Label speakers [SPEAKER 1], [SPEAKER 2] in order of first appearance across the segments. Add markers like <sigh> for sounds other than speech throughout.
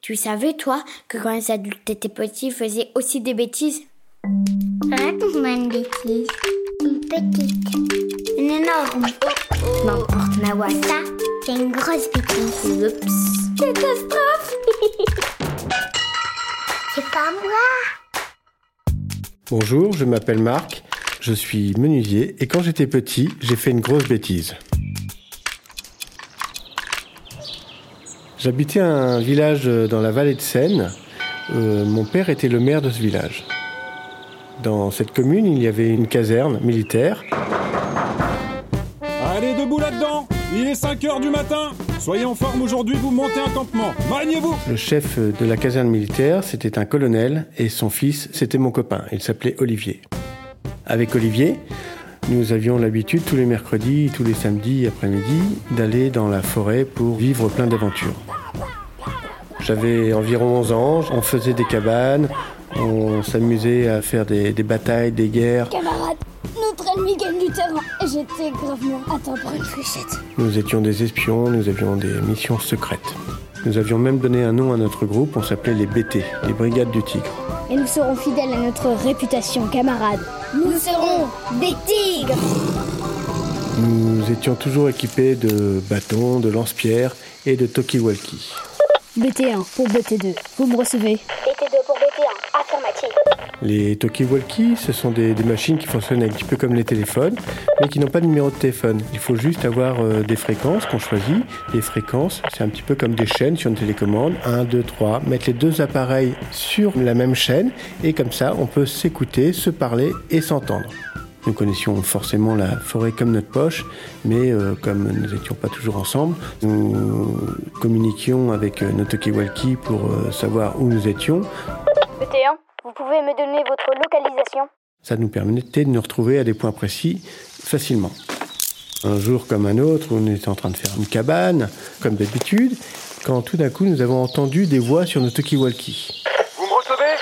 [SPEAKER 1] Tu savais, toi, que quand les adultes étaient petits, ils faisaient aussi des bêtises
[SPEAKER 2] Raconte-moi une bêtise.
[SPEAKER 1] Une petite.
[SPEAKER 2] Une énorme.
[SPEAKER 1] N'importe, ma voix.
[SPEAKER 2] Oh, Ça, c'est une grosse bêtise.
[SPEAKER 1] Oups.
[SPEAKER 2] Catastrophe <laughs> C'est pas moi
[SPEAKER 3] Bonjour, je m'appelle Marc, je suis menuisier et quand j'étais petit, j'ai fait une grosse bêtise. J'habitais un village euh, dans la vallée de Seine. Euh, mon père était le maire de ce village. Dans cette commune, il y avait une caserne militaire.
[SPEAKER 4] Allez, debout là-dedans Il est 5 heures du matin Soyez en forme aujourd'hui, vous montez un campement Maniez-vous
[SPEAKER 3] Le chef de la caserne militaire, c'était un colonel et son fils, c'était mon copain. Il s'appelait Olivier. Avec Olivier, nous avions l'habitude tous les mercredis, tous les samedis après-midi d'aller dans la forêt pour vivre plein d'aventures. J'avais environ 11 ans, on faisait des cabanes, on s'amusait à faire des, des batailles, des guerres.
[SPEAKER 5] Camarade, notre ennemi gagne du terrain et j'étais gravement atteint par une fléchette.
[SPEAKER 3] Nous étions des espions, nous avions des missions secrètes. Nous avions même donné un nom à notre groupe, on s'appelait les BT, les Brigades du Tigre.
[SPEAKER 5] Et nous serons fidèles à notre réputation, camarade. Nous serons des tigres
[SPEAKER 3] Nous étions toujours équipés de bâtons, de lance-pierres et de talkie-walkie.
[SPEAKER 5] BT1 pour BT2, vous me recevez
[SPEAKER 2] BT2 pour BT1, affirmative.
[SPEAKER 3] Les talkie-walkie, ce sont des, des machines qui fonctionnent un petit peu comme les téléphones, mais qui n'ont pas de numéro de téléphone. Il faut juste avoir euh, des fréquences qu'on choisit. Les fréquences, c'est un petit peu comme des chaînes sur une télécommande. 1, 2, 3. Mettre les deux appareils sur la même chaîne et comme ça, on peut s'écouter, se parler et s'entendre. Nous connaissions forcément la forêt comme notre poche, mais euh, comme nous n'étions pas toujours ensemble, nous communiquions avec euh, nos talkie-walkie pour euh, savoir où nous étions,
[SPEAKER 2] BT1, vous pouvez me donner votre localisation
[SPEAKER 3] Ça nous permettait de nous retrouver à des points précis facilement. Un jour comme un autre, on était en train de faire une cabane, comme d'habitude, quand tout d'un coup nous avons entendu des voix sur nos talkie-walkie.
[SPEAKER 6] Vous me recevez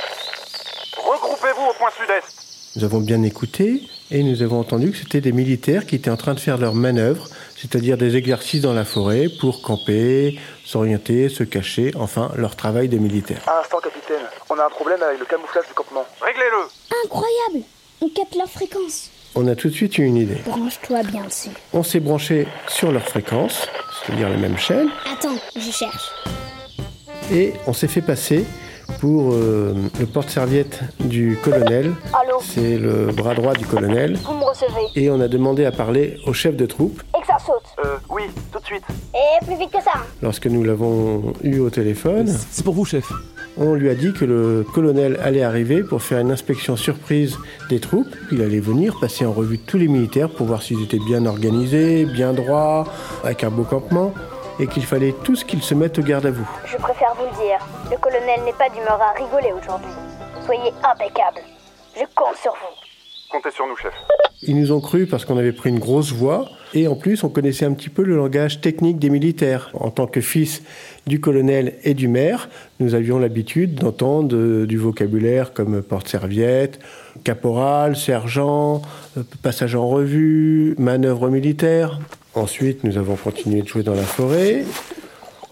[SPEAKER 6] Regroupez-vous au point sud-est.
[SPEAKER 3] Nous avons bien écouté et nous avons entendu que c'était des militaires qui étaient en train de faire leurs manœuvres, c'est-à-dire des exercices dans la forêt pour camper, s'orienter, se cacher, enfin leur travail de militaire.
[SPEAKER 7] Un instant, capitaine. On a un problème avec le camouflage du campement.
[SPEAKER 6] Réglez-le.
[SPEAKER 5] Incroyable On capte leur fréquence.
[SPEAKER 3] On a tout de suite eu une idée.
[SPEAKER 5] Branche-toi bien dessus.
[SPEAKER 3] On s'est branché sur leur fréquence, c'est-à-dire la même chaîne,
[SPEAKER 5] Attends, je cherche.
[SPEAKER 3] et on s'est fait passer pour euh, le porte-serviette du colonel.
[SPEAKER 2] Allô
[SPEAKER 3] C'est le bras droit du colonel.
[SPEAKER 2] Vous me recevez
[SPEAKER 3] Et on a demandé à parler au chef de troupe.
[SPEAKER 2] Et que ça saute
[SPEAKER 7] Euh, oui, tout de suite.
[SPEAKER 2] Et plus vite que ça
[SPEAKER 3] Lorsque nous l'avons eu au téléphone,
[SPEAKER 8] C'est pour vous, chef.
[SPEAKER 3] on lui a dit que le colonel allait arriver pour faire une inspection surprise des troupes. Il allait venir passer en revue tous les militaires pour voir s'ils étaient bien organisés, bien droits, avec un beau campement, et qu'il fallait tous qu'ils se mettent au garde à vous.
[SPEAKER 2] Je préfère vous le dire, le colonel n'est pas d'humeur à rigoler aujourd'hui. Soyez impeccable. Je compte sur vous.
[SPEAKER 6] Comptez sur nous, chef.
[SPEAKER 3] Ils nous ont cru parce qu'on avait pris une grosse voix et en plus on connaissait un petit peu le langage technique des militaires. En tant que fils du colonel et du maire, nous avions l'habitude d'entendre euh, du vocabulaire comme porte-serviette, caporal, sergent, euh, passage en revue, manœuvre militaire. Ensuite, nous avons continué de jouer dans la forêt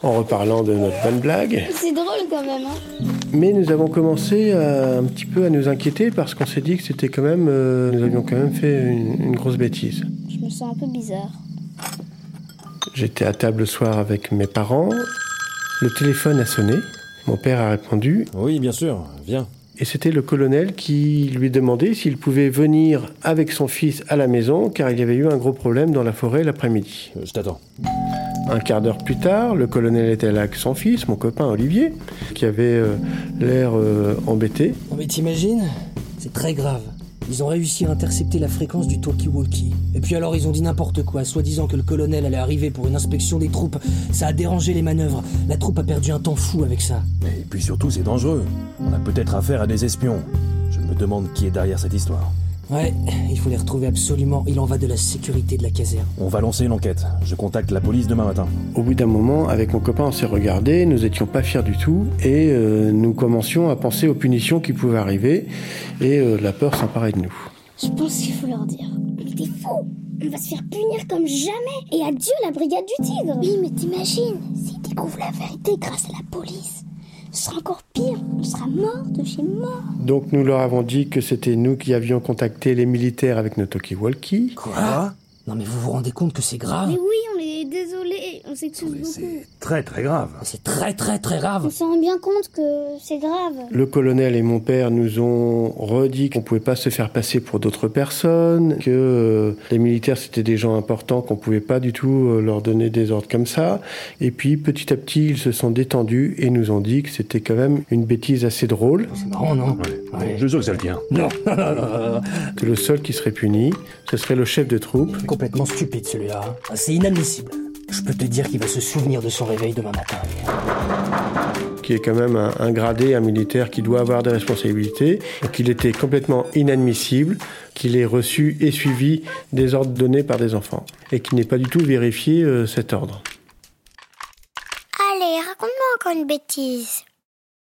[SPEAKER 3] en reparlant de notre bonne blague.
[SPEAKER 5] C'est drôle quand même, hein
[SPEAKER 3] Mais nous avons commencé à- un petit peu à nous inquiéter parce qu'on s'est dit que c'était quand même, euh, nous avions quand même fait une- une grosse bêtise.
[SPEAKER 5] Je me sens un peu bizarre.
[SPEAKER 3] J'étais à table le soir avec mes parents. Le téléphone a sonné. Mon père a répondu.
[SPEAKER 8] Oui, bien sûr, viens.
[SPEAKER 3] Et c'était le colonel qui lui demandait s'il pouvait venir avec son fils à la maison, car il y avait eu un gros problème dans la forêt l'après-midi.
[SPEAKER 8] Euh, Je t'attends.
[SPEAKER 3] Un quart d'heure plus tard, le colonel était là avec son fils, mon copain Olivier, qui avait euh, l'air euh, embêté.
[SPEAKER 9] Non mais t'imagines C'est très grave. Ils ont réussi à intercepter la fréquence du talkie-walkie. Et puis alors ils ont dit n'importe quoi, soi-disant que le colonel allait arriver pour une inspection des troupes. Ça a dérangé les manœuvres. La troupe a perdu un temps fou avec ça.
[SPEAKER 8] Et puis surtout, c'est dangereux. On a peut-être affaire à des espions. Je me demande qui est derrière cette histoire.
[SPEAKER 9] Ouais, il faut les retrouver absolument. Il en va de la sécurité de la caserne.
[SPEAKER 8] On va lancer une enquête. Je contacte la police demain matin.
[SPEAKER 3] Au bout d'un moment, avec mon copain, on s'est regardé, nous étions pas fiers du tout, et euh, nous commencions à penser aux punitions qui pouvaient arriver, et euh, la peur s'emparait de nous.
[SPEAKER 5] Je pense qu'il faut leur dire.
[SPEAKER 10] Mais t'es fou On va se faire punir comme jamais Et adieu la brigade du tigre
[SPEAKER 2] Oui, mais t'imagines, s'ils découvrent la vérité grâce à la police,
[SPEAKER 10] ce sera encore pire. On sera mort de chez mort.
[SPEAKER 3] Donc nous leur avons dit que c'était nous qui avions contacté les militaires avec nos talkie-walkie.
[SPEAKER 9] Quoi Non mais vous vous rendez compte que c'est grave
[SPEAKER 10] Mais oui, on est désolé. On s'excuse beaucoup.
[SPEAKER 8] Très très grave.
[SPEAKER 9] Ah, C'est très très très grave.
[SPEAKER 10] On se rend bien compte que c'est grave.
[SPEAKER 3] Le colonel et mon père nous ont redit qu'on pouvait pas se faire passer pour d'autres personnes, que euh, les militaires c'était des gens importants, qu'on pouvait pas du tout euh, leur donner des ordres comme ça. Et puis petit à petit ils se sont détendus et nous ont dit que c'était quand même une bêtise assez drôle,
[SPEAKER 9] C'est marrant, non Ouais.
[SPEAKER 8] Je sais que ça le tient.
[SPEAKER 9] Non, <laughs> non, non, non, non.
[SPEAKER 3] que le seul qui serait puni, ce serait le chef de troupe.
[SPEAKER 9] Complètement stupide celui-là. hein. C'est inadmissible. Je peux te dire qu'il va se souvenir de son réveil demain matin.
[SPEAKER 3] qui est quand même un, un gradé, un militaire qui doit avoir des responsabilités, et qu'il était complètement inadmissible qu'il ait reçu et suivi des ordres donnés par des enfants, et qu'il n'ait pas du tout vérifié euh, cet ordre.
[SPEAKER 1] Allez, raconte-moi encore une bêtise.